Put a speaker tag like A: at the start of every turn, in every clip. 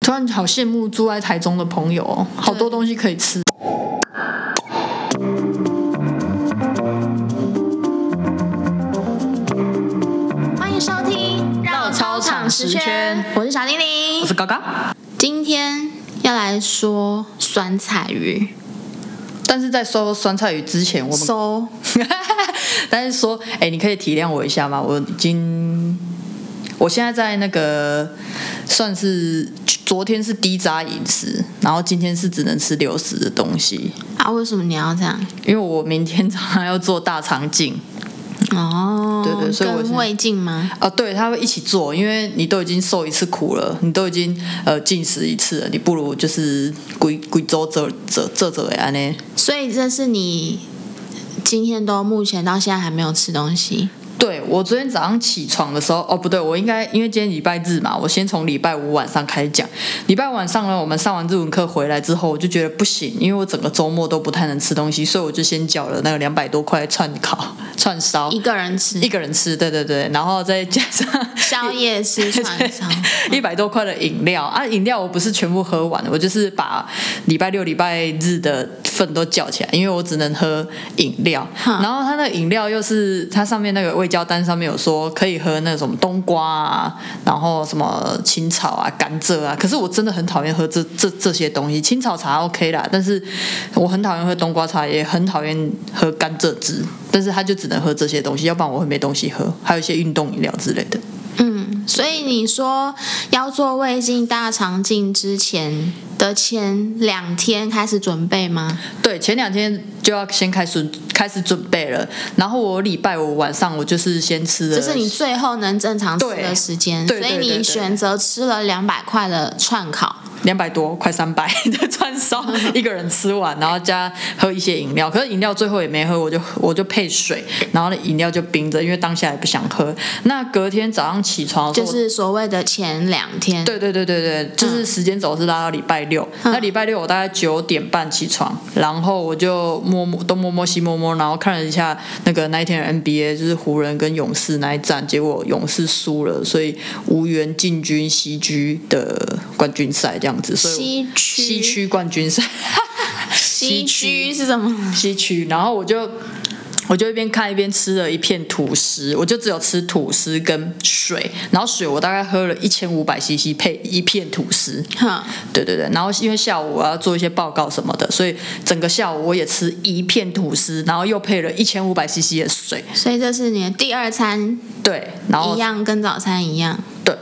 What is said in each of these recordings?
A: 突然好羡慕住在台中的朋友哦，好多东西可以吃。
B: 欢迎收听《
A: 绕操场十圈》，
B: 我是小玲玲。
A: 嘎嘎，
B: 今天要来说酸菜鱼，
A: 但是在说酸菜鱼之前，我们
B: 收
A: 但是说，哎、你可以体谅我一下吗？我已经，我现在在那个算是昨天是低渣饮食，然后今天是只能吃流食的东西，
B: 啊？为什么你要这样？
A: 因为我明天早上要做大肠镜。
B: 哦，
A: 对对所以我
B: 跟
A: 是
B: 胃镜吗？
A: 啊，对，他会一起做，因为你都已经受一次苦了，你都已经呃进食一次了，你不如就是规规周这这这这安呢。
B: 所以这是你今天都目前到现在还没有吃东西，
A: 对我昨天早上起床的时候，哦不对，我应该因为今天礼拜日嘛，我先从礼拜五晚上开始讲。礼拜五晚上呢，我们上完日文课回来之后，我就觉得不行，因为我整个周末都不太能吃东西，所以我就先缴了那个两百多块串烤串烧
B: 一。个人吃
A: 哦一，个人吃，对对对，然后再加上
B: 宵夜吃串 烧。
A: 一百多块的饮料啊，饮料我不是全部喝完，我就是把礼拜六、礼拜日的份都叫起来，因为我只能喝饮料。
B: 哈
A: 然后它那个饮料又是它上面那个味胶单上面有说可以喝那个什么冬瓜啊，然后什么青草啊、甘蔗啊，可是我真的很讨厌喝这这这些东西。青草茶 OK 啦，但是我很讨厌喝冬瓜茶，也很讨厌喝甘蔗汁，但是它就只能喝这些东西，要不然我会没东西喝。还有一些运动饮料之类的。
B: 嗯，所以你说要做胃镜、大肠镜之前的前两天开始准备吗？
A: 对，前两天就要先开始开始准备了。然后我礼拜五晚上我就是先吃了，
B: 这是你最后能正常吃
A: 对
B: 的时间，
A: 对
B: 所
A: 对
B: 以
A: 对
B: 你
A: 对
B: 选择吃了两百块的串烤。
A: 两百多快三百的串 烧，一个人吃完，然后加喝一些饮料。可是饮料最后也没喝，我就我就配水，然后那饮料就冰着，因为当下也不想喝。那隔天早上起床的时
B: 就
A: 候，
B: 是所谓的前两天。
A: 哦对对对对对，就是时间轴是拉到礼拜六。
B: 嗯
A: 那礼拜六我大概九点半起床，然后我就摸摸东摸摸西摸摸，然后看了一下那个那一天的 NBA，就是湖人跟勇士那一战，结果勇士输了，所以无缘进军西区的冠军赛这样子。所以我
B: 西区
A: 西区冠军赛。
B: 西
A: 西
B: 区是什么？
A: 西区，然后我就我就一边看一边吃了一片吐司，我就只有吃吐司跟水，然后水我大概喝了一千五百 CC 配一片吐司，
B: 哼，
A: 对对对，然后因为下午我要做一些报告什么的，所以整个下午我也吃一片吐司，然后又配了一千五百 CC 的水，
B: 所以这是你的第二餐，
A: 对，然后
B: 一样跟早餐一样。
A: 对，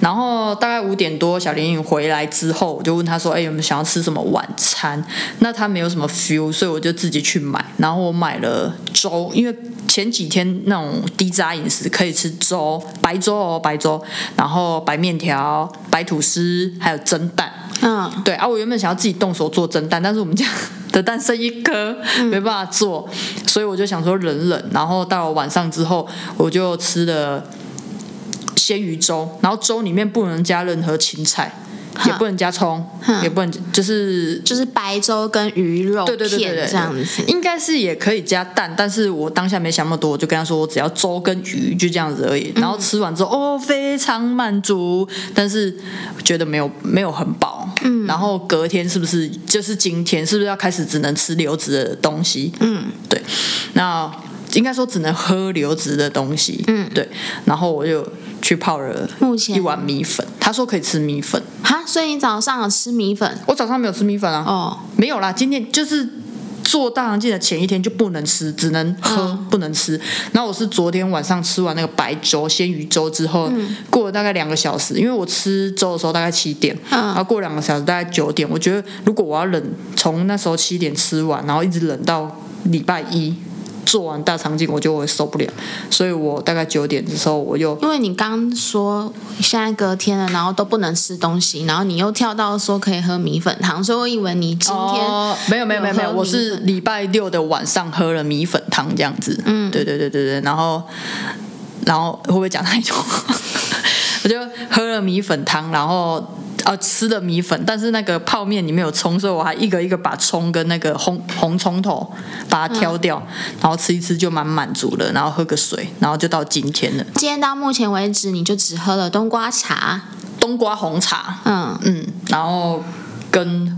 A: 然后大概五点多，小林颖回来之后，我就问他说：“哎、有没有想要吃什么晚餐？”那他没有什么 feel，所以我就自己去买。然后我买了粥，因为前几天那种低渣饮食可以吃粥，白粥哦，白粥，然后白面条、白吐司，还有蒸蛋。
B: 嗯，
A: 对啊，我原本想要自己动手做蒸蛋，但是我们家 的蛋剩一颗，没办法做，所以我就想说忍忍。然后到了晚上之后，我就吃了鲜鱼粥，然后粥里面不能加任何青菜，也不能加葱，也不能就是。
B: 就是白粥跟鱼肉
A: 对对对对
B: 片
A: 对，
B: 这样子。
A: 应该是也可以加蛋，但是我当下没想那么多，我就跟他说我只要粥跟鱼就这样子而已。
B: 嗯
A: 然后吃完之后，哦，非常满足，但是觉得没有没有很饱。嗯，然后隔天是不是就是今天是不是要开始只能吃流质的东西？
B: 嗯，
A: 对，那应该说只能喝流质的东西。
B: 嗯
A: 对，然后我就去泡了
B: 目前
A: 一碗米粉，他说可以吃米粉，
B: 哈，所以你早上有吃米粉
A: 我早上没有吃米粉啊。
B: 哦，
A: 没有啦，今天就是做大肠镜的前一天就不能吃，只能喝，
B: 嗯
A: 不能吃。然后我是昨天晚上吃完那个白粥、鲜鱼粥之后，
B: 嗯
A: 过了大概两个小时，因为我吃粥的时候大概七点，
B: 嗯
A: 然后过两个小时大概九点。我觉得如果我要忍，从那时候七点吃完，然后一直忍到礼拜一。做完大肠镜，我就会受不了，所以我大概九点的时候，我又
B: 因为你刚说现在隔天了，然后都不能吃东西，然后你又跳到说可以喝米粉汤，所以我以为你今天、
A: 哦、没有没有没有没有，
B: 有喝
A: 我
B: 米
A: 是
B: 粉
A: 礼拜六的晚上喝了米粉汤这样子。嗯，对对对对对，然后然后会不会讲太多？ 我就喝了米粉汤，然后呃吃了米粉，但是那个泡面里面有葱，所以我还一个一个把葱跟那个红红葱头把它挑掉，
B: 嗯
A: 然后吃一吃就蛮满足了，然后喝个水，然后就到今天了。
B: 今天到目前为止你就只喝了冬瓜茶，
A: 冬瓜红茶，
B: 嗯，
A: 嗯，然后跟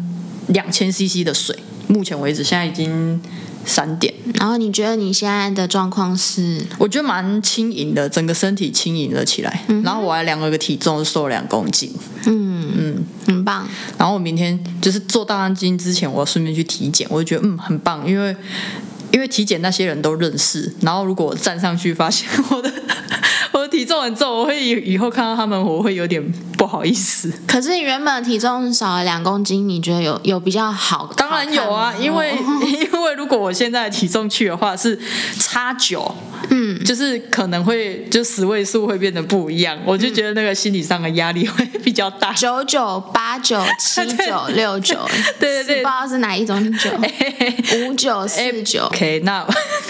A: 两千 CC 的水。目前为止，现在已经三点，
B: 然后你觉得你现在的状况是？
A: 我觉得蛮轻盈的，整个身体轻盈了起来。然后我还量了个体重，瘦了两公斤。
B: 嗯嗯，很棒。
A: 然后我明天就是做大肠镜之前，我要顺便去体检，我就觉得嗯很棒，因为因为体检那些人都认识。然后如果我站上去发现我的 我的体重很重，我会以以后看到他们，我会有点不好意思。
B: 可是你原本体重少了两公斤，你觉得有有比较好？
A: 当然有
B: 好
A: 啊，
B: 看吗嗯
A: 因为 因为如果我现在体重去的话是差九，
B: 嗯，
A: 就是可能会就十位数会变得不一样，我就觉得那个心理上的压力会比较大。，
B: 九九八九七九六九
A: 对对哎对
B: 不知道是哪一种 九，五九四九。
A: OK，那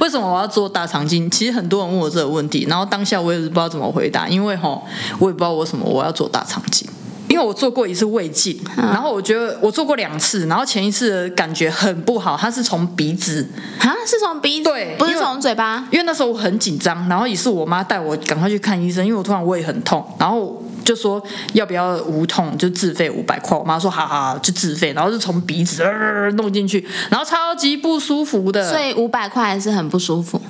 A: 为什么我要做大肠镜？其实很多人问我这个问题，然后当下我也是不知道怎么回答，因为吼，我也不知道为什么我要做大肠镜。因为我做过一次胃镜，
B: 嗯
A: 然后我觉得我做过两次，然后前一次的感觉很不好，它是从鼻子，
B: 啊，是从鼻子
A: 对，
B: 不是
A: 因为
B: 从嘴巴。
A: 因为那时候我很紧张，然后也是我妈带我赶快去看医生，因为我突然胃很痛，然后就说要不要无痛就自费五百块，我妈说好好好就自费，然后就从鼻子、呃、弄进去，然后超级不舒服的，
B: 所以五百块还是很不舒服，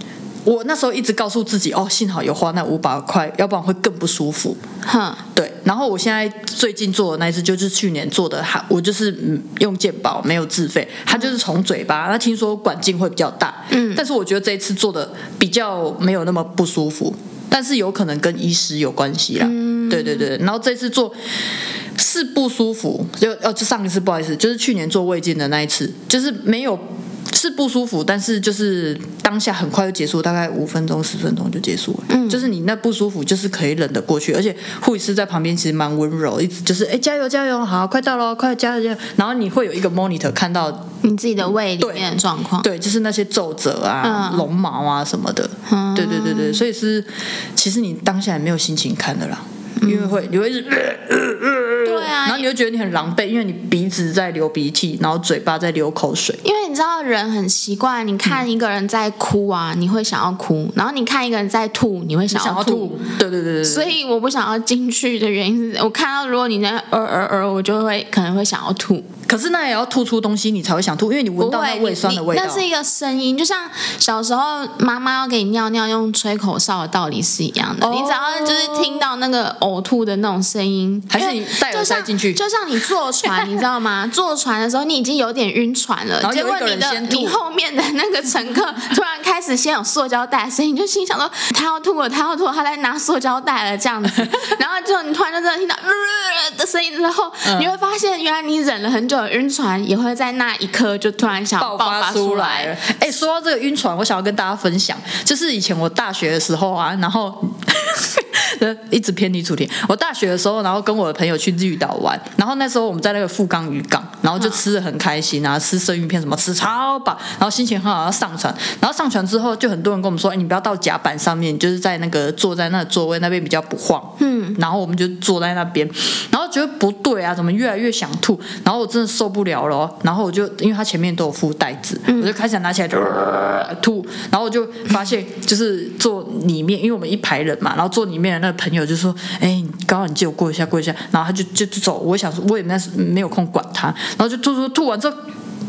A: 我那时候一直告诉自己，哦，幸好有花那五百块，要不然会更不舒服。
B: 哼，
A: 对，然后我现在最近做的那一次，就是去年做的，还我就是嗯用健保没有自费，它就是从嘴巴。那听说管径会比较大，嗯，但是我觉得这一次做的比较没有那么不舒服，但是有可能跟医师有关系啦。嗯，对对对，然后这次做。是不舒服，就哦，就上一次不好意思，就是去年做胃镜的那一次，就是没有是不舒服，但是就是当下很快就结束，大概五分钟十分钟就结束了。嗯，就是你那不舒服就是可以忍得过去，而且护理师在旁边其实蛮温柔，一直就是哎加油加油，好快到了，快加油加油。然后你会有一个 monitor 看到，
B: 你自己的胃里
A: 对
B: 面的状况。
A: 对，就是那些皱褶啊、
B: 嗯
A: 绒毛啊什么的。
B: 嗯
A: 对对对对，所以是其实你当下也没有心情看的啦。因为会，你会是，
B: 对啊
A: 然后，你就觉得你很狼狈，因为你鼻子在流鼻涕，然后嘴巴在流口水。
B: 因为你知道人很奇怪，你看一个人在哭啊，你会想要哭；然后你看一个人在吐，你会想
A: 想要
B: 吐。
A: 吐，对对对对，
B: 所
A: 以
B: 以我不想要进去的原因是我看到如果你在呃呃呃，我就会可能会想要吐。
A: 可是那也要吐出东西，你才会想吐，因为你闻
B: 不
A: 到那
B: 会，
A: 胃酸的味道。
B: 你那是一个声音，就像小时候妈妈要给你尿尿用吹口哨的道理是一样的。
A: 哦
B: 你只要就是听到那个呕吐的那种声音，
A: 还是
B: 因为
A: 你戴耳
B: 就
A: 塞
B: 像
A: 进去
B: 就像你 坐船，你知道吗？坐船的时候你已经有点晕船了
A: 然，后
B: 结
A: 有一
B: 果
A: 个
B: 你
A: 人
B: 的
A: 先吐
B: 你后面的那个乘客突然开始先有塑胶袋，所以你就心想说他要吐了，他要吐了，他在拿塑胶袋了这 样子。然后就你突然就真的听到、 呃、的声音之后，
A: 嗯
B: 你会发现原来你忍了很久的晕船也会在那一刻就突然想。
A: 爆
B: 发
A: 发出来
B: 来
A: 了。。哎、说到这个晕船，我想要跟大家分享，就是以前我大学的时候啊，然后 一直偏离主题。我大学的时候，然后跟我的朋友去绿岛玩，然后那时候我们在那个富冈渔港，然后就吃的很开心啊，吃生鱼片什么吃超饱，然后心情很好，要上船。然后上船之后，就很多人跟我们说，哎、你不要到甲板上面，你就是在那个坐在那个座位那边比较不晃。嗯，然后我们就坐在那边，然后觉得不对啊，怎么越来越想吐？然后我真的受不了了哦，然后我就因为它前面都有附带子，我就开始拿起来就、呃吐，然后我就发现就是坐里面，因为我们一排人嘛，然后坐里面的那个朋友就说：“哎、你刚好你借我过一下，过一下。”然后他就就就走，我想说我也没没有空管他，然后就吐吐吐完之后。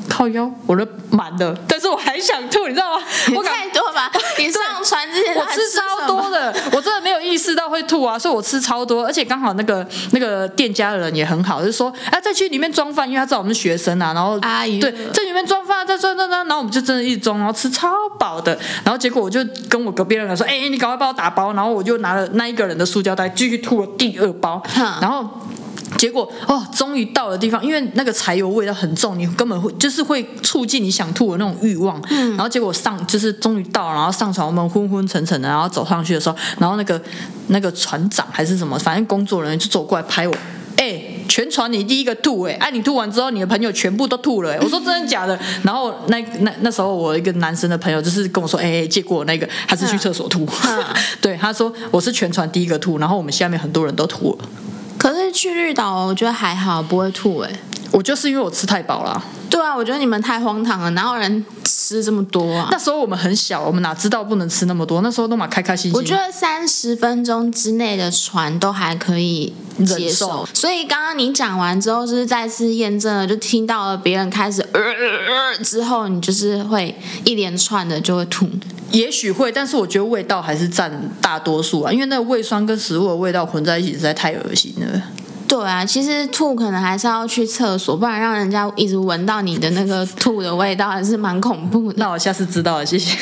A: 靠腰，我的满了，但是我还想吐，你知道吗？我
B: 我
A: 赶
B: 太多 吧？你上船之前
A: 我
B: 还
A: 吃
B: 什
A: 超
B: 么
A: 多，的，我真的没有意识到会吐啊，所以我吃超多，而且刚好那个那个店家的人也很好，就说啊再去里面装饭，因为他知道我们是学生啊，然后
B: 哎呦
A: 对在里面装饭，啊再装装装，然后我们就真的一直装，然后吃超饱的，然后结果我就跟我隔壁的人说，哎、你赶快帮我打包，然后我就拿了那一个人的塑胶袋继续吐了第二包
B: 哼，
A: 然后。结果哦，终于到了地方，因为那个柴油味道很重，你根本会就是会促进你想吐的那种欲望。嗯，然后结果上就是终于到了，然后上船，我们昏昏沉沉的，然后走上去的时候，然后那个那个船长还是什么，反正工作人员就走过来拍我，哎、全船你第一个吐哎、欸，哎、你吐完之后，你的朋友全部都吐了、欸。我说真的假的？然后那那那时候我一个男生的朋友就是跟我说，哎、欸，借过我那个，他是去厕所吐， 对，他说我是全船第一个吐，然后我们下面很多人都吐了。
B: 可是去绿岛我觉得还好，不会吐哎、
A: 我就是因为我吃太饱了，啊
B: 对啊，我觉得你们太荒唐了，哪有人吃这么多啊？
A: 那时候我们很小，我们哪知道不能吃那么多？那时候都嘛开开心心。
B: 我觉得三十分钟之内的船都还可以接
A: 忍
B: 受
A: 受，
B: 所以刚刚你讲完之后，就是再次验证了，就听到了别人开始呃呃呃之后，你就是会一连串的就会吐。
A: 也许会，但是我觉得味道还是占大多数啊，因为那个胃酸跟食物的味道混在一起实在太恶心了。
B: 对啊，其实吐可能还是要去厕所，不然让人家一直闻到你的那个吐的味道，还是蛮恐怖 的。
A: 那我下次知道了，谢谢。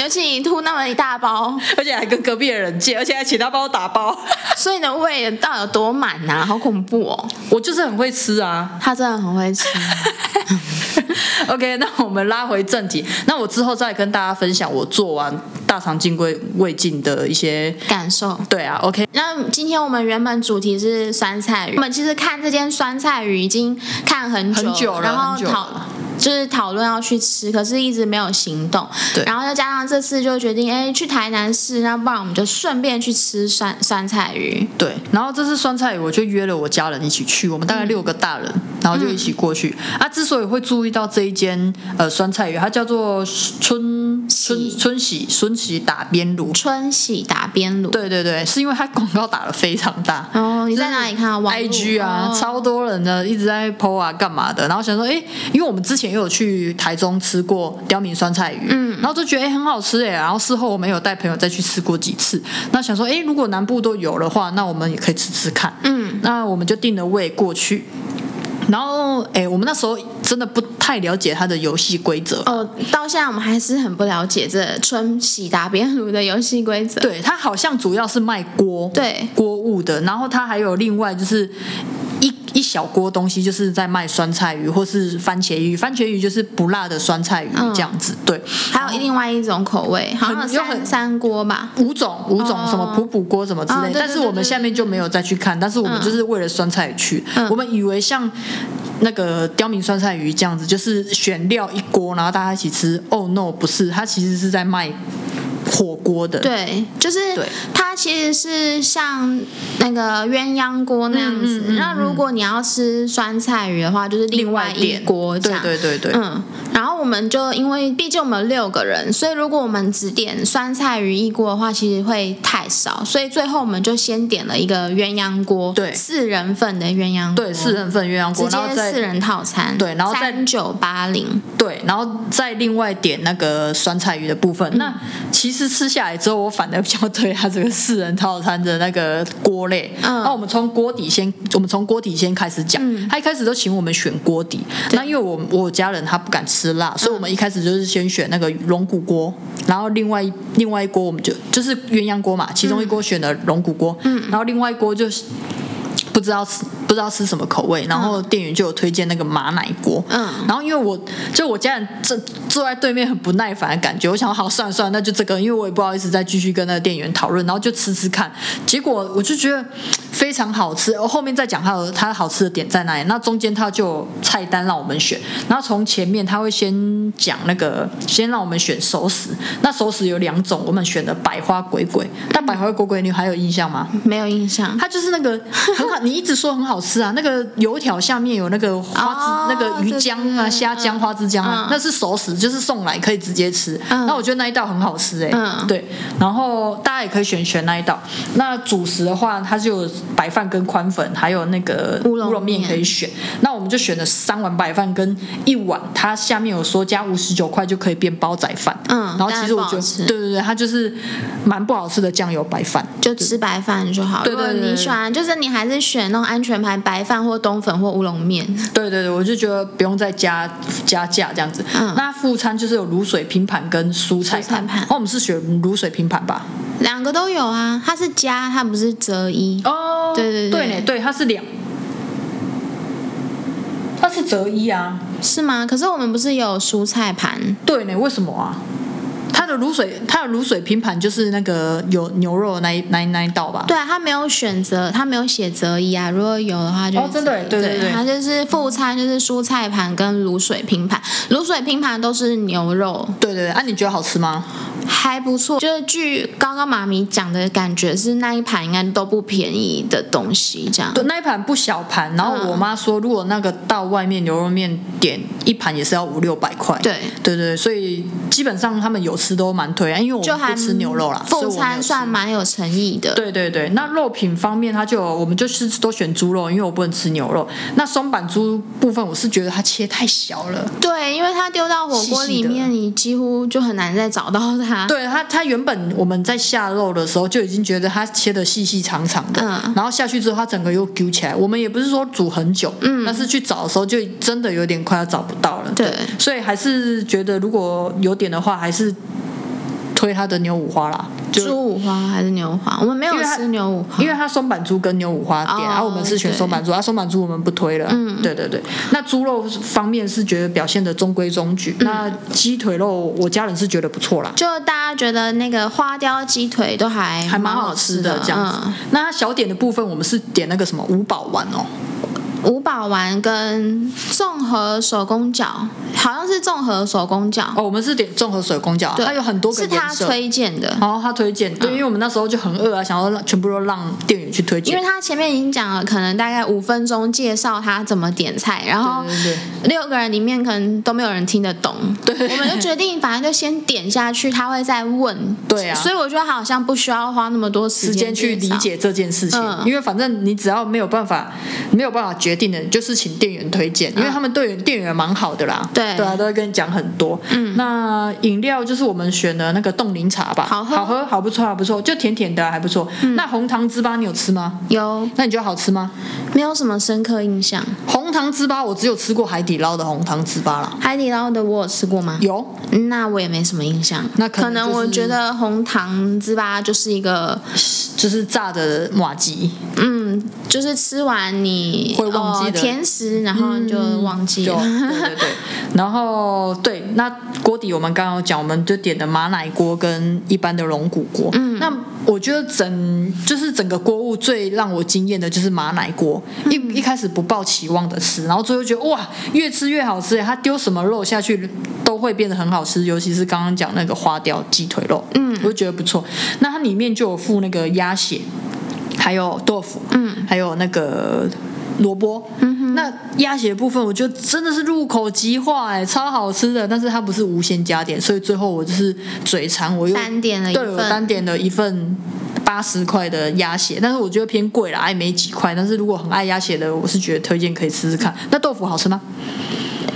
B: 尤其你吐那么一大包，
A: 而且还跟隔壁的人借，而且还请他帮我打包。
B: 所以你的胃到底有多满呐、好恐怖哦！
A: 我就是很会吃啊。
B: 他真的很会吃。
A: OK，那我们拉回正题。那我之后再跟大家分享我做完大肠镜胃胃镜的一些。
B: 感受。
A: 对啊，OK，
B: 那今天我们原本主题是酸菜鱼，我们其实看这间酸菜鱼已经看很久
A: 很久了
B: 然后
A: 很久了
B: 讨就是讨论要去吃，可是一直没有行动。
A: 对
B: 然后再加上这次就决定，哎，去台南市，那不然我们就顺便去吃酸酸菜鱼。
A: 对。然后这次酸菜鱼，我就约了我家人一起去，我们大概六个大人，然后就一起过去。啊，之所以会注意到这一间呃酸菜鱼，它叫做春春
B: 喜
A: 春喜春喜打边炉。
B: 春喜打边炉。
A: 对对对，是因为它广告打的非常大。
B: 哦，你在哪里看啊？网络
A: IG 啊，
B: 哦
A: 超多人的一直在 PO 啊，干嘛的？然后想说，哎、因为我们之前也有去台中吃过刁民酸菜鱼，嗯，然后就觉得哎、诶很好吃哎、然后事后我们有带朋友再去吃过几次，那想说，哎、如果南部都有的话，那我们也可以吃吃看，
B: 嗯，
A: 那我们就定了位过去。然后，哎，我们那时候真的不太了解它的游戏规则，
B: 哦，到现在我们还是很不了解这春喜打边炉的游戏规则。
A: 对，它好像主要是卖锅，
B: 对
A: 锅物的，然后它还有另外就是一一小锅东西，就是在卖酸菜鱼或是番茄鱼，番茄鱼就是不辣的酸菜鱼
B: 嗯
A: 这样子，对，
B: 还有另外一种口味，好像
A: 很
B: 有
A: 有
B: 三
A: 很
B: 三锅吧。
A: 五种五种什么普普锅什么之
B: 哦
A: 类
B: 对，对
A: 但是
B: 对
A: 我们
B: 对嗯
A: 下面就没有再去看，但是我们就是为了酸菜鱼去，我们以为像。那个刁民酸菜鱼这样子，就是选料一锅，然后大家一起吃。Oh no，不是，它其实是在卖火锅的。
B: 对，就是
A: 对
B: 它其实是像那个鸳鸯锅那样子。
A: 嗯
B: 那如果你要吃酸菜鱼的话，就是另外一
A: 点
B: 锅这
A: 对
B: 样。
A: 对对对，
B: 嗯，然后我们就因为毕竟我们有六个人，所以如果我们只点酸菜鱼一锅的话，其实会太少，所以最后我们就先点了一个鸳�鸯锅，
A: 对
B: 四人份的鸳鸯锅，
A: 对四人份鸳鸯锅，
B: 直
A: 然后
B: 接
A: 再
B: 四人套餐，
A: 对然后再
B: 三九八零，
A: 对，然后再另外点那个酸菜鱼的部分。
B: 嗯
A: 那其实吃下来之后，我反而比较推它这个四人套餐的那个锅类。
B: 嗯
A: 那我们从锅底先，我们从锅底先开始讲。他一开始都请我们选锅底，那因为我我家人他不敢吃辣，所以我
B: 嗯
A: 们一开始就是先选那个龙骨锅，然后另外一另外一锅我们就就是鸳鸯锅嘛，其
B: 嗯
A: 中一锅选了龙骨锅，然后另外一锅就是。不知道吃不知道吃什么口味，然后店员就有推荐那个马奶锅，
B: 嗯
A: 然后因为我就我家人坐坐在对面很不耐烦的感觉，我想好算了算了，那就这个，因为我也不好意思再继续跟那个店员讨论，然后就吃吃看，结果我就觉得非常好吃，我后面再讲它有它好吃的点在哪里，那中间它就有菜单让我们选，然后从前面他会先讲那个，先让我们选熟食，那熟食有两种，我们选的百花鬼鬼，那百花鬼鬼你还有印象吗？
B: 没有印象。
A: 它就是那 个很好，你一直说很好吃啊，那个油条下面有那个花枝、
B: 哦
A: 那个鱼
B: 对
A: 浆
B: 对
A: 啊、
B: 对
A: 虾浆、花枝浆啊
B: 嗯，
A: 那是熟食，就是送来可以直接吃。
B: 嗯
A: 那我觉得那一道很好吃哎、
B: 嗯
A: 对，然后大家也可以选选那一道。那主食的话，它就有白饭跟宽粉，还有那个
B: 乌龙面
A: 面可以选。那我们就选了三碗白饭跟一碗，它下面有说加五十九块就可以变煲仔饭。
B: 嗯
A: 然后其实我觉
B: 但不好吃
A: 得，对对对，它就是蛮不好吃的酱油白饭。
B: 就吃白饭就好。
A: 对
B: 如果
A: 对对
B: 你
A: 对
B: 喜欢，就是你还是选那种安全牌白饭或冬粉或乌龙面。
A: 对对对，我就觉得不用再加加价这样子。
B: 嗯
A: 那副餐就是有卤水拼盘跟蔬菜
B: 蔬菜
A: 盘。
B: 盘
A: 哦，我们是选卤水拼盘吧？
B: 两个都有啊，它是加，它不是折一。
A: 哦
B: 对对对
A: 对呢，对，它是两，它是折一啊。
B: 是吗？可是我们不是有蔬菜盘？
A: 对呢，为什么啊？它的卤水，它的卤水拼盘就是那个有牛肉的那一那一那一道吧？
B: 对啊，它没有选择，它没有写折一啊。如果有的话就
A: 哦真的耶
B: 对
A: 对对对
B: 它就是副餐，就是蔬菜盘跟卤水拼盘。卤水拼盘都是牛肉，
A: 对对对，啊，你觉得好吃吗？
B: 还不错。就是据刚刚妈咪讲的感觉，是那一盘应该都不便宜的东西，这样。
A: 对，那一盘不小盘，然后我妈说，如果那个到外面牛肉面点一盘也是要五六百块。
B: 对
A: 对对，所以基本上他们有吃都蛮推啊，因为我
B: 就
A: 们
B: 还
A: 不吃牛肉啦，所以
B: 副
A: 我没有
B: 餐
A: 吃
B: 算蛮有诚意的。
A: 对对对，那肉品方面，它就有我们就是都选猪肉，因为我不能吃牛肉。那松板猪部分，我是觉得它切太小了。
B: 对，因为它丢到火锅里面，你几乎就很难再找到它。
A: 对它，它原本我们在下肉的时候就已经觉得它切的细细长长的，
B: 嗯
A: 然后下去之后它整个又揪起来。我们也不是说煮很久，嗯，但是去找的时候就真的有点快要找不到了。
B: 对
A: 所以还是觉得如果有点的话，还是推它的牛五花啦，就
B: 猪五花还是牛五花？我们没有
A: 因为它
B: 吃牛五花，
A: 因为它松板猪跟牛五花店，
B: 哦
A: 然后、我们是选
B: 对
A: 松板猪，啊，松板猪我们不推了。嗯，对对对。那猪肉方面是觉得表现的中规中矩，
B: 嗯
A: 那鸡腿肉我家人是觉得不错啦。
B: 就大家觉得那个花雕鸡腿都还
A: 还蛮
B: 蛮
A: 好吃
B: 吃
A: 的这样子，那它小点的部分我们是点那个什么五宝丸哦，
B: 嗯五宝丸跟综合手工饺，好像是综合手工饺，
A: 哦，我们是点综合水公饺啊，
B: 对，
A: 它有很多个
B: 是
A: 颜
B: 他
A: 色。哦
B: 推嗯荐的，
A: 然后他推荐，对，因为我们那时候就很饿啊，想要让全部都让店员去推
B: 因
A: 荐
B: 为。他前面已经讲了，可能大概五分钟介绍他怎么点菜，然后
A: 对对
B: 六个人里面可能都没有人听得懂，对，我们就决定反正就先点下去，他会再问，
A: 对啊
B: 所以我觉得好像不需要花那么多
A: 时间
B: 间
A: 去理
B: 介绍，
A: 解这件事情，
B: 嗯
A: 因为反正你只要没有办法，没有办法决定的，你就是请店员推荐，因为他们队员店员蛮好的啦，
B: 对
A: 对啊，都会跟你讲很多。嗯，那饮料就是我们选的那个冻柠茶吧，
B: 好喝
A: 好喝，好不错，还不错，就甜甜的，还不错。那红糖糍粑你有吃吗？
B: 有
A: 那你觉得好吃吗？
B: 没有什么深刻印象？
A: 红糖糍粑我只有吃过海底捞的红糖糍粑啦，
B: 海底捞的我有吃过吗？
A: 有
B: 那我也没什么印象，
A: 那可
B: 可
A: 能
B: 能
A: 就是
B: 我觉得红糖糍粑就是一个，
A: 就是炸的马吉，
B: 嗯，就是吃完你
A: 会忘记
B: 哦
A: 的
B: 甜食，然后就忘记
A: 有
B: 了。
A: 对对对。 然后对，那锅底我们刚刚有讲，我们就点的马奶锅跟一般的龙骨锅。嗯，那我觉得整就是整个锅物最让我惊艳的就是马奶锅，一一开始不抱期望的吃，然后最后觉得哇，越吃越好吃耶，它丢什么肉下去都会变得很好吃，尤其是刚刚讲那个花雕鸡腿肉，嗯，我就觉得不错。那它里面就有附那个鸭血。还有豆腐，嗯，还有那个萝卜，嗯哼，那鸭血的部分我觉得真的是入口即化、哎，超好吃的。但是它不是无限加点，所以最后我就是嘴馋，我又
B: 单点了一
A: 对我
B: 份
A: 单点了一份八十块的鸭血，但是我觉得偏贵啦，也没几块。但是如果很爱鸭血的，我是觉得推荐可以试试看。那豆腐好吃吗？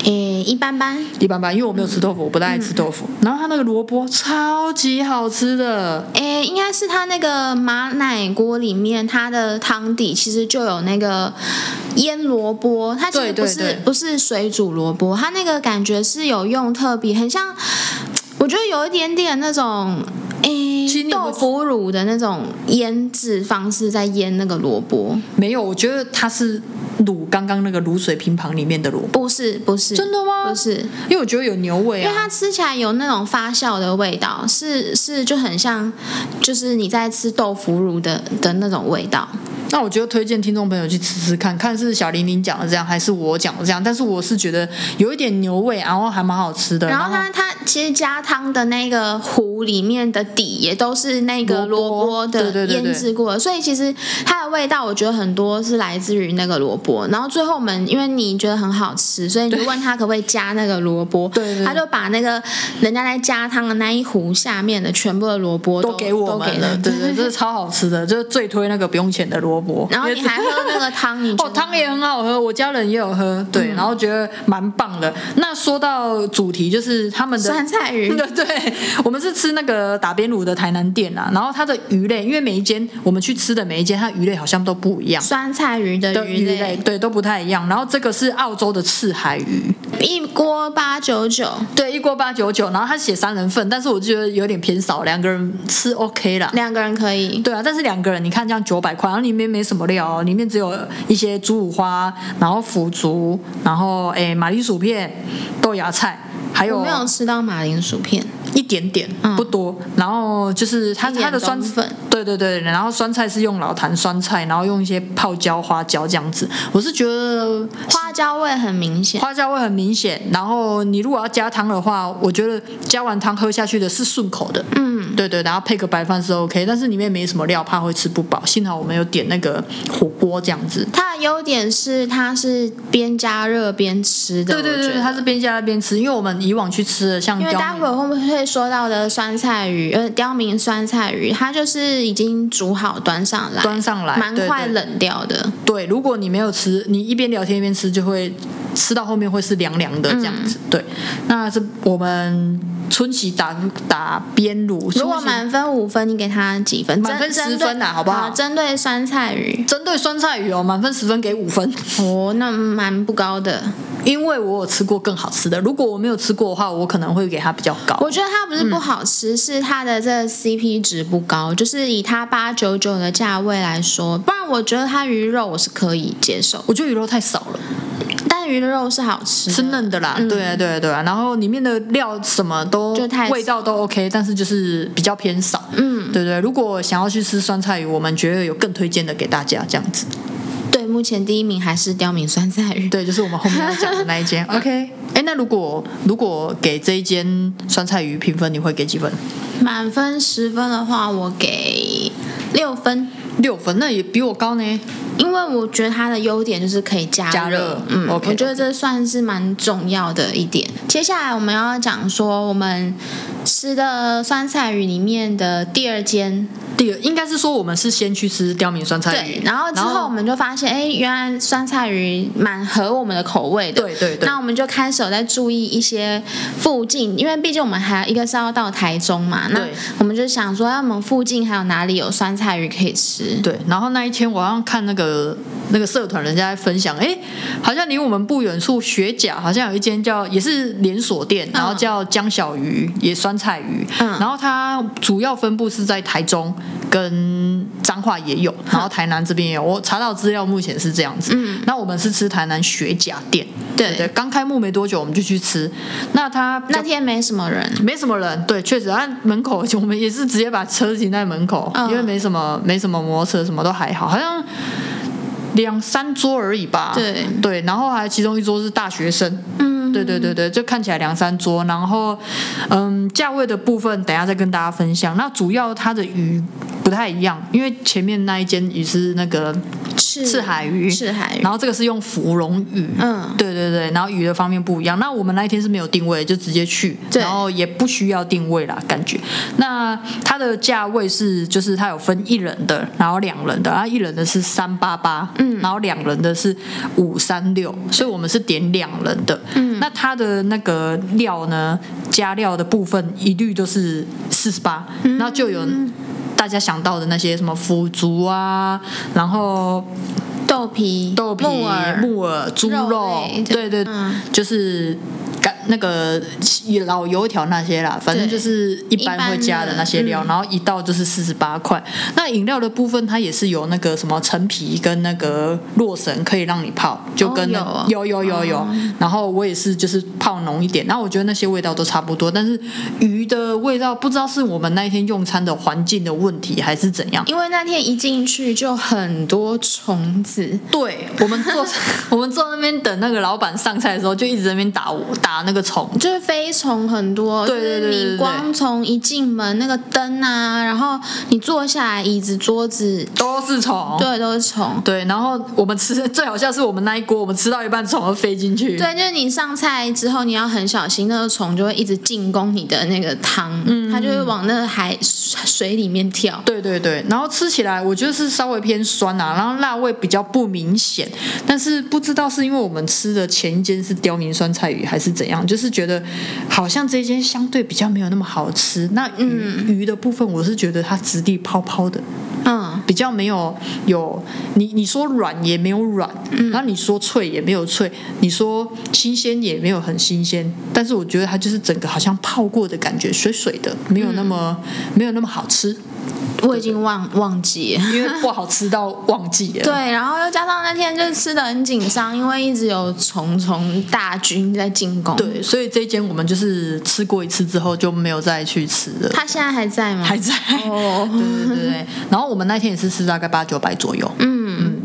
B: 诶，一般般。
A: 一般般，因为我没有吃豆腐，我不太爱吃豆腐。
B: 嗯
A: 然后它那个萝卜超级好吃的，
B: 诶，应该是它那个马奶锅里面，它的汤底其实就有那个腌萝卜，它其
A: 对
B: 实
A: 对
B: 不是
A: 对
B: 不是水煮萝卜，它那个感觉是有用特别，很像，我觉得有一点点那种。诶
A: 其实你有没有
B: 豆腐乳的那种腌制方式，在腌那个萝卜，
A: 没有，我觉得它是卤刚刚那个卤水拼盘里面的萝卜，
B: 不是不是，
A: 真的吗
B: 不是，
A: 因为我觉得有牛味
B: 因为
A: 啊。
B: 它吃起来有那种发酵的味道，是是就很像，就是你在吃豆腐乳的的那种味道。
A: 那我觉得推荐听众朋友去吃吃看，看是小玲玲讲的这样，还是我讲的这样。但是我是觉得有一点牛味，然后还蛮好吃的。
B: 然后它它其实加汤的那个壶里面的底也都是那
A: 萝
B: 个萝
A: 卜
B: 卜的
A: 对对对对
B: 腌制过的，所以其实它的味道我觉得很多是来自于那个萝卜。然后最后我们因为你觉得很好吃，所以你就问他可不可以加那个萝卜，
A: 对对对
B: 他就把那个人家在加汤的那一壶下面的全部的萝卜
A: 都给我
B: 都给
A: 们了，
B: 了
A: 对 对，这是超好吃的，就是最推那个不用钱的萝卜。
B: 然后
A: 因
B: 你
A: 为
B: 还喝那个汤，你 觉
A: 哦，
B: 得嗯
A: 汤也很好喝，我家人也有喝，对，然后觉得蛮棒的。那说到主题，就是他们的
B: 酸菜鱼
A: 对对，我们是吃那个打边炉的台南店啦，然后它的鱼类，因为每一间我们去吃的每一间，它鱼类好像都不一样。
B: 酸菜鱼的
A: 的
B: 鱼
A: 鱼类
B: 类，
A: 对都不太一样，然后这个是澳洲的赤海鱼，
B: 一锅八九九，
A: 对，一锅八九九，然后他写三人份，但是我就觉得有点偏少，两个人吃 OK 啦。
B: 两个人可以。
A: 对啊，但是两个人你看这样九百块，然后里面没什么料哦，里面只有一些猪五花，然后腐竹，然后诶马铃薯片、豆芽菜，还
B: 我
A: 有
B: 没有吃到马铃薯片，
A: 一点点，不多。然后就是它
B: 一点
A: 它的酸
B: 冬粉，
A: 对对对，然后酸菜是用老坛酸菜，然后用一些泡椒、花椒这样子。我是觉得
B: 花椒味很明显，
A: 花椒味很明显。然后你如果要加汤的话，我觉得加完汤喝下去的是顺口的，嗯，对对，然后配个白饭是 OK，但是里面没什么料，怕会吃不饱。幸好我们有点那个火锅这样子。
B: 它的优点是它是边加热边吃的，
A: 对对
B: 我觉
A: 对，
B: 得
A: 它是边加边吃，因为我们以往去吃的像
B: 因为
A: 刁
B: 待
A: 民
B: 会会不会说到的酸菜鱼，呃，刁民酸菜鱼，它就是已经煮好端上来，
A: 端上来，
B: 蛮
A: 对
B: 快
A: 对
B: 冷掉的。
A: 对，如果你没有吃，你一边聊天一边吃，就会吃到后面会是凉凉的这样子。对，那是我们春喜打打边炉，
B: 如果
A: 春喜
B: 满分五分，你给它几分？
A: 满分
B: 针呃
A: 10分啊好不好
B: 针对酸菜鱼，
A: 针对酸菜鱼哦，满分十分给五分，
B: 哦，那蛮不高的。
A: 因为我有吃过更好吃的。如果我没有吃过的话，我可能会给它比较高。
B: 我觉得它不是不好吃，是它的这个 CP 值不高，就是以它八九九的价位来说，不然我觉得它鱼肉我是可以接受，
A: 我觉得鱼肉太少了，
B: 但鱼的肉是好吃的，
A: 是嫩的啦，对啊，对啊，对啊。然后里面的料什么都
B: 就太少
A: 味道都 OK，但是就是比较偏少，嗯，对对。如果想要去吃酸菜鱼，我们觉得有更推荐的给大家这样子。
B: 对，目前第一名还是刁民酸菜鱼。
A: 对，就是我们后面要讲的那一间。OK，哎，那如果如果给这一间酸菜鱼评分，你会给几分？
B: 满分十分的话，我给六分，
A: 六分，那也比我高呢。
B: 因为我觉得它的优点就是可以加热。
A: 加热
B: 嗯
A: OK，
B: 我觉得这算是蛮重要的一点。接下来我们要讲说我们吃的酸菜鱼里面的第二间，
A: 第二应该是说我们是先去吃刁民酸菜
B: 对
A: 鱼，，
B: 然后之后我们就发现，哎，原来酸菜鱼蛮合我们的口味的。
A: 对对对
B: 那我们就开始有在注意一些附近，因为毕竟我们还一个是要到台中嘛，那
A: 对
B: 我们就想说，哎那我们附近还有哪里有酸菜鱼可以吃？
A: 对，然后那一天我好像看那个那个社团人家在分享，哎，好像离我们不远处学甲好像有一间叫也是连锁店，然后叫江小鱼也酸菜鱼，
B: 嗯
A: 然后它主要分布是在台中跟彰化也有，
B: 嗯
A: 然后台南这边也有，我查到资料目前是这样子，嗯，那我们是吃台南学甲店，
B: 对
A: 对，刚开幕没多久我们就去吃，那它比较
B: 那天没什么人，
A: 没什么人，对，确实，按门口我们也是直接把车停在门口，
B: 嗯
A: 因为没什么没什么摩托车，什么都还好，好像两三桌而已吧。
B: 对
A: 对，然后还其中一桌是大学生，
B: 嗯，
A: 对对对对，就看起来两三桌，然后嗯，价位的部分等一下再跟大家分享。那主要它的鱼不太一样，因为前面那一间鱼是那个
B: 赤
A: 赤海鱼，
B: 赤海鱼
A: 然，后这个是用芙蓉鱼，
B: 嗯，
A: 对对对，然后鱼的方面不一样。那我们那一天是没有定位，就直接去，
B: 对
A: 然后也不需要定位啦，感觉。那它的价位是，就是它有分一人的，然后两人的，啊然后一人的是三八八，嗯，然后两人的是五三六，所以我们是点两人的。嗯，那它的那个料呢，加料的部分一律都是四十八，然后就有大家想到的那些什么腐竹啊，然后
B: 豆皮、
A: 豆皮、
B: 木耳、
A: 木耳、猪
B: 肉
A: 肉
B: 类，
A: 对对，
B: 嗯
A: 就是干那个老油条那些啦，反正
B: 对
A: 就是一
B: 一
A: 般
B: 般嗯
A: 会加的那些料，然后一道就是四十八块。那饮料的部分，它也是有那个什么陈皮跟那个洛神可以让你泡，就跟那、
B: 哦有哦
A: 有有有有。然后我也是就是泡浓一点，然后我觉得那些味道都差不多，但是鱼的味道不知道是我们那一天用餐的环境的问题还是怎样。
B: 因为那天一进去就很多虫子，
A: 对我们坐 我们坐那边等那个老板上菜的时候，就一直在那边打我打那个虫。
B: 就是飞虫很多，
A: 对对对对
B: 就是
A: 对
B: 你光从一进门那个灯啊，然后你坐下来椅子、桌子，
A: 都是虫，
B: 对，都是虫。
A: 对然后我们吃最好笑是我们那一锅，我们吃到一半虫儿飞进去，
B: 对，就是你上菜之后，你要很小心，那个虫就会一直进攻你的那个汤，嗯、它就会往那个海水里面跳。
A: 对对对，然后吃起来我觉得是稍微偏酸啊，然后辣味比较不明显，但是不知道是因为我们吃的前一间是刁民酸菜鱼还是怎样，就是觉得好像这一间相对比较没有那么好吃。那鱼、鱼的部分，我是觉得它质地泡泡的，
B: 嗯，
A: 比较没有有你你说软也没有软，然后你说脆也没有脆，你说新鲜也没有很新鲜，但是我觉得它就是整个好像泡过的感觉，水水的，没有那么、没有那么好吃，
B: 我已经忘忘记了。
A: 因为不好吃到忘记了。
B: 对，然后又加上那天就是吃的很紧张，因为一直有虫虫大军在进攻。，
A: 对，所以这一间我们就是吃过一次之后就没有再去吃了，
B: 它现在还在吗？
A: 还在。
B: 哦，
A: 对对对对，然后我们那天也是吃大概八九百左右，
B: 嗯，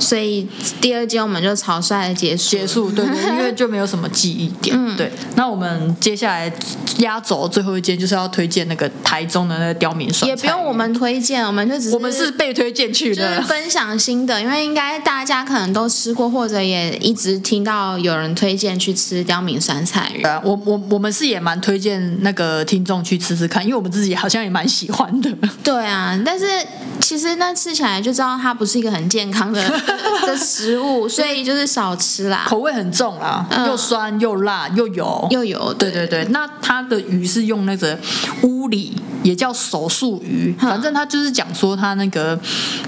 B: 所以第二季我们就草率的结束。
A: 结束，对对，因为就没有什么记忆点。
B: 嗯
A: 对，那我们接下来压轴最后一间就是要推荐那个台中的那个刁民酸
B: 也
A: 菜
B: 不用我们推荐，我们就只是
A: 我们是被推荐去
B: 就是
A: 的。
B: 分享新的，因为应该大家可能都吃过，或者也一直听到有人推荐去吃刁民酸菜鱼
A: 对。啊，我我我们是也蛮推荐那个听众去吃吃看，因为我们自己好像也蛮喜欢的。
B: 对啊，但是其实那吃起来就知道它不是一个很健康的 的食物，所以就是少吃啦。
A: 口味很重啦，
B: 嗯
A: 又酸又辣又油。
B: 又有
A: 对对对，那它的鱼是用那个乌里，也叫手术鱼，
B: 嗯
A: 反正它就是讲说它那个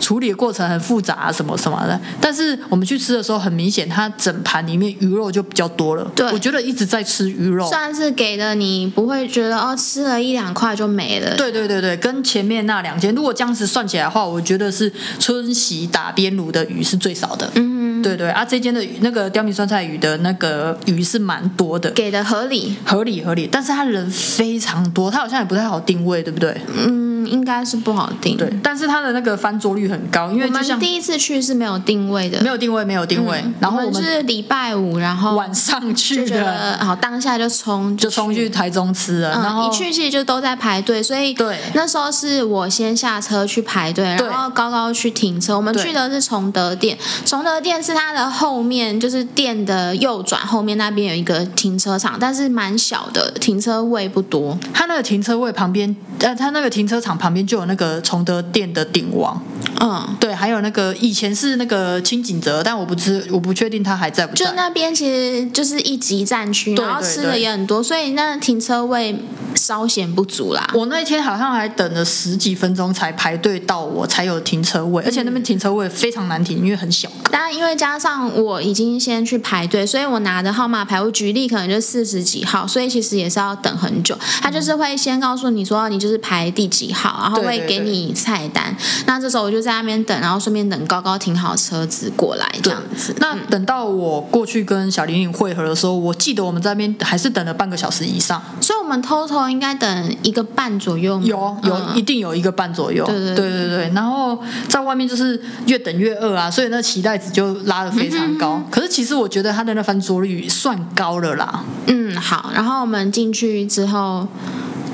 A: 处理的过程很复杂、啊什么什么的。但是我们去吃的时候，很明显它整盘里面鱼肉就比较多了。
B: 对
A: 我觉得一直在吃鱼肉。
B: 算是给的你不会觉得哦，吃了一两块就没了。
A: 对对对对，跟前面那两间，如果这样子算起来的话，我觉得是春喜打边炉的鱼是最少的。
B: 嗯，
A: 对对啊，这间的鱼那个刁民酸菜鱼的那个鱼是蛮多的。
B: 给的合理，
A: 合理合理，但是他人非常多，他好像也不太好定位，对不对？
B: 嗯，应该是不好定。
A: 对，，但是他的那个翻桌率很高，因
B: 我
A: 为就
B: 们
A: 像
B: 第一次去是没有定位的，
A: 没有定位，没有定位，
B: 嗯
A: 然后我们
B: 是礼拜五，然后
A: 晚上
B: 就
A: 去
B: 觉
A: 的，
B: 得好，当下就冲
A: 就冲去台中吃了，然
B: 嗯，
A: 后
B: 一去其实就都在排队，所以
A: 对
B: 那时候是我先下车去排队，
A: 对
B: 然后高高去停车。我们
A: 对
B: 去的是崇德店，崇德店是它的后面，就是店的右转后面那边有一个停车场，但是蛮小的，停车位不多。
A: 他那个停车位旁边，呃，他那个停车场旁边就有那个崇德店的鼎王，
B: 嗯，
A: 对，还有那个以前是那个清景泽，但我不知我不确定他还在不
B: 就
A: 在。
B: 那边其实就是一级战区，
A: 对
B: 然后
A: 对
B: 吃的
A: 对
B: 也很多，所以那停车位稍显不足啦。
A: 我那一天好像还等了十几分钟才排队到我才有停车位，而且那边停车位非常难停，因为很小。
B: 但因为加上我已经先去排队，所以我拿的号码牌，我举例可能就四十几号，所以其实也是要等很久。他就是会先告诉你说你就是排第几号，然后
A: 对
B: 会
A: 对
B: 给
A: 对
B: 你菜单。那这时候我就在那边等，然后顺便等高高停好车子过来这样子。
A: 那等到我过去跟小玲玲会合的时候，我记得我们在那边还是等了半个小时以上，
B: 所以我们 total 应该等一个半左右吗，
A: 有有、
B: 嗯
A: 一定有一个半左右，
B: 对对
A: 对
B: 对
A: 对对然后在外面就是越等越饿啊，所以那期待值就拉得非常高。
B: 嗯
A: 可是其实我觉得他的那翻桌率算高了啦。
B: 嗯好。然后我们进去之后，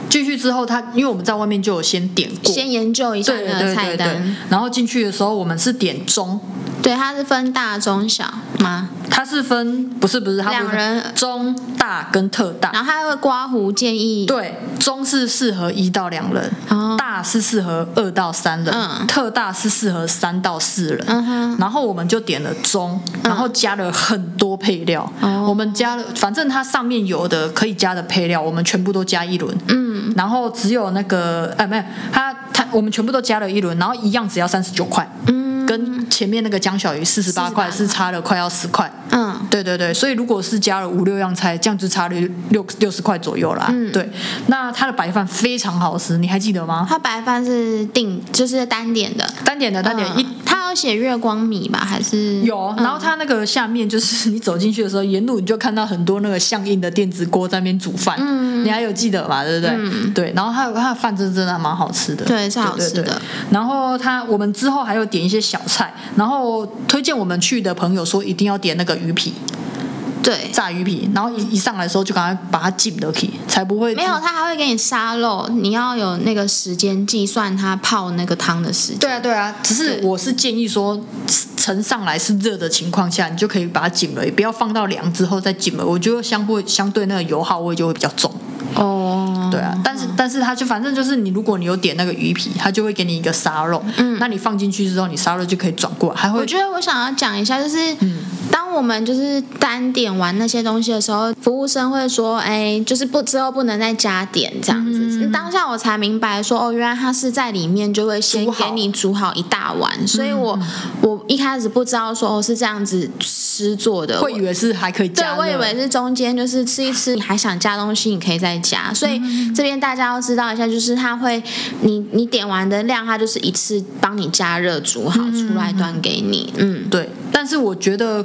A: 继续之后他，因为我们在外面就有先点过。
B: 先研究一下
A: 对
B: 那个
A: 对
B: 菜
A: 对
B: 单，
A: 对，然后进去的时候我们是点中，
B: 对，它是分大中小吗？
A: 它是分不是不是，它不是
B: 两人
A: 中大跟特大，
B: 然后它会刮胡建议，
A: 对，中是适合一到两人，
B: 哦
A: 大是适合二到三人，
B: 嗯
A: 特大是适合三到四人。
B: 嗯哼。
A: 然后我们就点了中，然后加了很多配料。
B: 哦
A: 我们加了，反正它上面有的可以加的配料，我们全部都加一轮。嗯，然后只有那个，哎，没有，它它我们全部都加了一轮，然后一样只要三十九块。嗯，跟前面那个江小鱼四十八块
B: 48
A: 是差了快要十块。
B: 嗯，
A: 对对对，所以如果是加了五六样菜，这样就差了六六十块左右啦。嗯，对。那它的白饭非常好吃，你还记得吗？
B: 它哦白饭是定就是单点的，
A: 单点的单点、
B: 嗯
A: 一。
B: 它有写月光米吧？还是
A: 有，然后它那个下面就是你走进去的时候，沿路你就看到很多那个相应的电子锅在那边煮饭，嗯、你还有记得吧？对不对？对，然后它有它的饭真的真的还蛮好吃的，
B: 对是好吃的
A: 对对对然后它我们之后还有点一些小菜，然后推荐我们去的朋友说一定要点那个鱼皮
B: 对，
A: 炸鱼皮，然后一一上来的时候就赶快把它浸得起，才不会
B: 没有，它还会给你沙漏，你要有那个时间计算它泡那个汤的时间。
A: 对啊，对啊，只是
B: 对
A: 我是建议说，盛上来是热的情况下，你就可以把它紧了，也不要放到凉之后再紧了。我觉得相会相对那个油耗味就会比较重，
B: 哦，
A: 对啊。但是但是它就反正就是你，如果你有点那个鱼皮，它就会给你一个沙漏，嗯，那你放进去之后，你沙漏就可以转过来，还
B: 我
A: 会
B: 觉得我想要讲一下，就是、
A: 嗯
B: 当我们就是单点完那些东西的时候，服务生会说：“哎，就是不之后不能再加点这样子。
A: 嗯
B: 当下我才明白说，哦，原来他是在里面就会先
A: 煮好
B: 给你煮好一大
A: 嗯
B: 碗，所以我、我一开始不知道说哦是这样子吃做的，
A: 会以为是还可以
B: 对，
A: 加热，
B: 我以为是中间就是吃一吃，你还想加东西，你可以再加。所以
A: 嗯
B: 这边大家要知道一下，就是它会，你你点完的量，它就是一次帮你加热煮好出来端给你。嗯，
A: 对，但是我觉得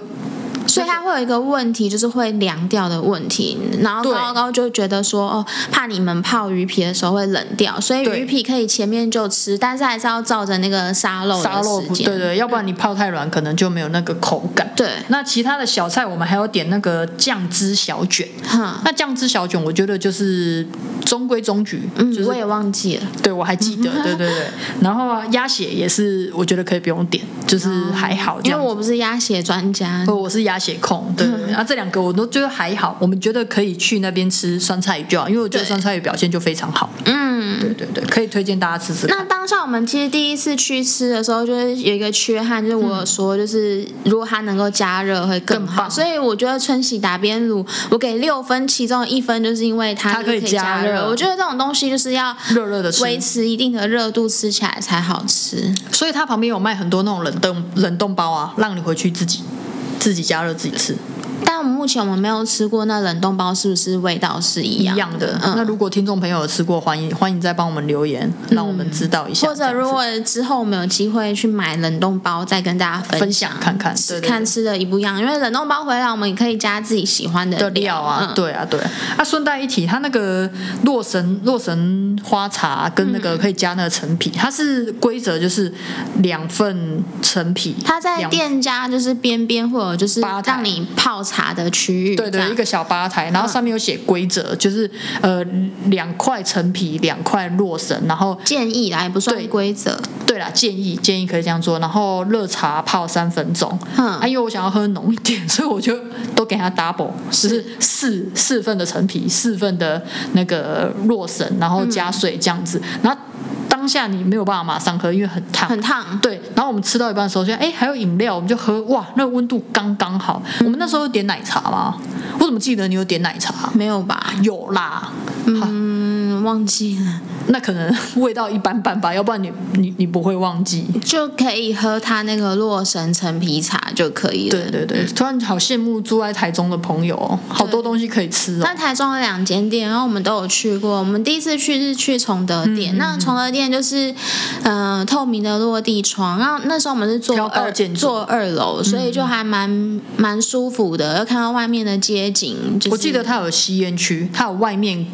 B: 所以它会有一个问题，就是会凉掉的问题。然后
A: 对
B: 高高就觉得说，哦，怕你们泡鱼皮的时候会冷掉，所以
A: 对
B: 鱼皮可以前面就吃，但是还是要照着那个沙漏
A: 沙
B: 的
A: 漏
B: 时
A: 不
B: 间。
A: 对对，要不然你泡太软，可能就没有那个口感。
B: 对
A: 那其他的小菜，我们还要点那个酱汁小卷。
B: 哼，
A: 那酱汁小卷，我觉得就是中规中矩，
B: 嗯，
A: 就
B: 我
A: 是
B: 也忘记了。
A: 对我还记得，对对对。然后啊鸭血也是，我觉得可以不用点，就是还好这
B: 哦因为
A: 样子。
B: 我嗯不是鸭血专家
A: 哦，，我是鸭血控，对对对。然后这两个我都觉得还好，我们觉得可以去那边吃酸菜鱼就好，因为我觉得
B: 对
A: 酸菜鱼表现就非常好了。
B: 嗯。
A: 对对对，可以推荐大家吃吃看。
B: 那当下我们其实第一次去吃的时候，就是有一个缺憾，就是我有说，就是如果它能够加热会更
A: 更
B: 好。
A: 棒
B: 所以我觉得春喜打边炉，我给六分，其中一分就是因为它
A: 它可以
B: 就是
A: 加
B: 加
A: 热
B: 我觉得这种东西就是要
A: 热热的吃，
B: 维持一定的热度，吃起来才好吃。
A: 所以它旁边有卖很多那种冷冻冷冻包啊，让你回去自己自己加热自己吃，
B: 但我们目前我们没有吃过那冷冻包，是不是味道是一
A: 一
B: 样
A: 样的。那
B: 嗯。
A: 如果听众朋友有吃过，欢迎欢迎再帮我们留言，让我们知道一下。
B: 嗯或
A: 这样
B: 者
A: 子
B: 如果之后我们有机会去买冷冻包，再跟大家
A: 分
B: 分
A: 享看看，对
B: 吃
A: 对
B: 看吃的一不一样，因为冷冻包回来我们也可以加自己喜欢的
A: 的料啊，
B: 嗯
A: 对啊，对啊。啊，顺带一提，它那个洛神洛神花茶跟那个可以加那个陈皮，它是规则就是两份陈皮，
B: 它在
A: 两
B: 店家就是边边或者就是
A: 吧台
B: 让你泡茶的区域，
A: 对
B: 这
A: 对，
B: 样
A: 一个小吧台，
B: 嗯
A: 然后上面有写规则，就是呃两块陈皮，两块洛神，然后
B: 建议啦，也不
A: 对
B: 算规则。
A: 对啦，建议建议可以这样做，然后热茶泡三分钟。
B: 嗯
A: 啊，因为我想要喝浓一点， 所以我就都给它 double，就是四四份的陈皮，四份的那个洛神，然后
B: 嗯
A: 加水这样子。然后当下你没有办法马上喝，因为很烫。
B: 很烫，
A: 对，然后我们吃到一半的时候，就哎还有饮料，我们就喝，哇，那个温度刚刚好。我们那时候有点奶茶吗？我怎么记得你有点奶茶？
B: 没有吧？
A: 有啦，
B: 嗯，忘记了，
A: 那可能 味道一般般吧，要不然你你你不会忘记。
B: 就可以喝它那个洛神陈皮茶就可以了。
A: 对对
B: 嗯
A: 对，突然好羡慕住在台中的朋友哦，好多东西可以吃哦
B: 那。台中有两间店，然后我们都有去过。我们第一次去是去崇德
A: 嗯
B: 店，那崇德店就是，嗯、透明的落地窗。然后那时候我们是坐
A: 挑高
B: 二
A: 建筑
B: 坐二楼，所以就还蛮蛮舒服的，又看到外面的街景。就是、
A: 我记得它有吸烟区，它有外面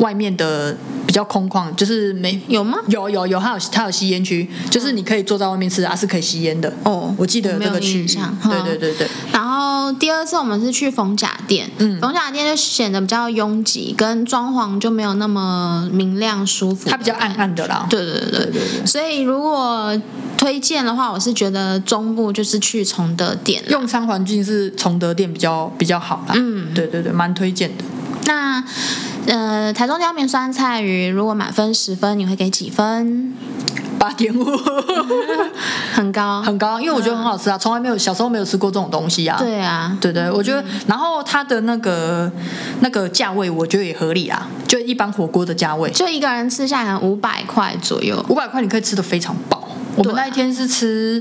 A: 外面的比较空旷，就是没
B: 有吗？
A: 有有有，它有它有吸烟区，就是你可以坐在外面吃，啊是可以吸烟的。
B: 哦
A: 我记得有这个
B: 我没有
A: 区域，
B: 印象
A: 对
B: 哈
A: 对对对，
B: 然后第二次我们是去逢甲店，嗯，逢甲店就显得比较拥挤，跟装潢就没有那么明亮舒服。
A: 它比较暗暗的啦。
B: 对对
A: 对
B: 对
A: 对对
B: 所以如果推荐的话，我是觉得中部就是去崇德店啦。
A: 用餐环境是崇德店比较比较好啦。
B: 嗯，
A: 对对对，蛮推荐的。
B: 那呃，台中椒面酸菜鱼，如果满分十分，你会给几分？
A: 八点五
B: 很高。
A: 很高，因为我觉得很好吃啊，从来没有小时候没有吃过这种东西啊。
B: 对啊，
A: 对对，我觉得，然后它的那个那个价位，我觉得也合理啊，就一般火锅的价位，
B: 就一个人吃下来五百块左右。
A: 五百块你可以吃的非常饱。我们
B: 对啊嗯
A: 那一天是吃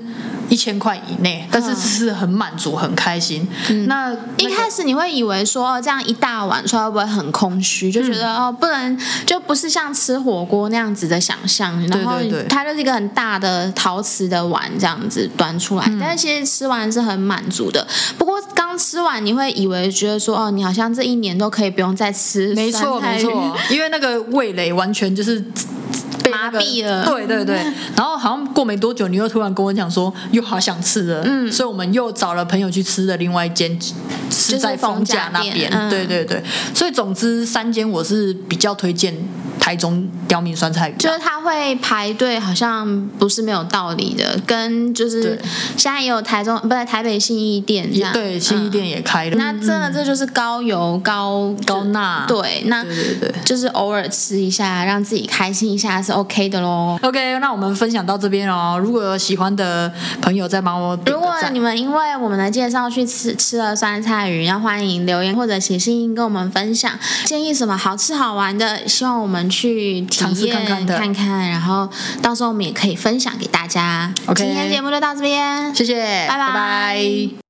A: 一千块以内，但是吃的很满足，很开心。那
B: 一
A: 那个
B: 开始你会以为说哦这样一大碗出来会不会很空
A: 嗯
B: 虚，就觉得、哦不能就不是像吃火锅那样子的想象，然后
A: 对对对
B: 它就是一个很大的陶瓷的碗这样子端出来，
A: 嗯
B: 但是其实吃完是很满足的。不过刚吃完你会以为觉得说哦你好像这一年都可以不用再吃
A: 没错
B: 酸菜
A: 没
B: 鱼
A: 错，因为那个味蕾完全就是被那个
B: 麻痹了嗯
A: 对对对，然后好像过没多久，你又突然跟我讲说又好想吃了，嗯，所以我们又找了朋友去吃的另外一间，是在丰甲那
B: 就是
A: 边，
B: 逢甲店嗯
A: 对对对，所以总之三间我是比较推荐台中刁民酸菜鱼
B: 就
A: 的。
B: 是他会排队，好像不是没有道理的。跟就是
A: 对
B: 现在也有台中，不是台北信义店这
A: 也
B: 样，
A: 对，新一
B: 嗯
A: 店也开了，
B: 那真的这就是高油高
A: 高钠，
B: 对，那
A: 对对对。
B: 就是偶尔吃一下，让自己开心一下是 OK 的喽。
A: OK，那我们分享到这边哦。如果有喜欢的朋友，再帮我点
B: 如
A: 个
B: 果
A: 赞
B: 你。们因为我们的介绍去吃吃了酸菜鱼，要欢迎留言或者写信跟我们分享建议什么好吃好玩的，希望我们去体
A: 尝试
B: 验
A: 看看的
B: 看然后到时候我们也可以分享给大家。
A: OK
B: 今天节目就到这边，
A: 谢谢，拜
B: 拜拜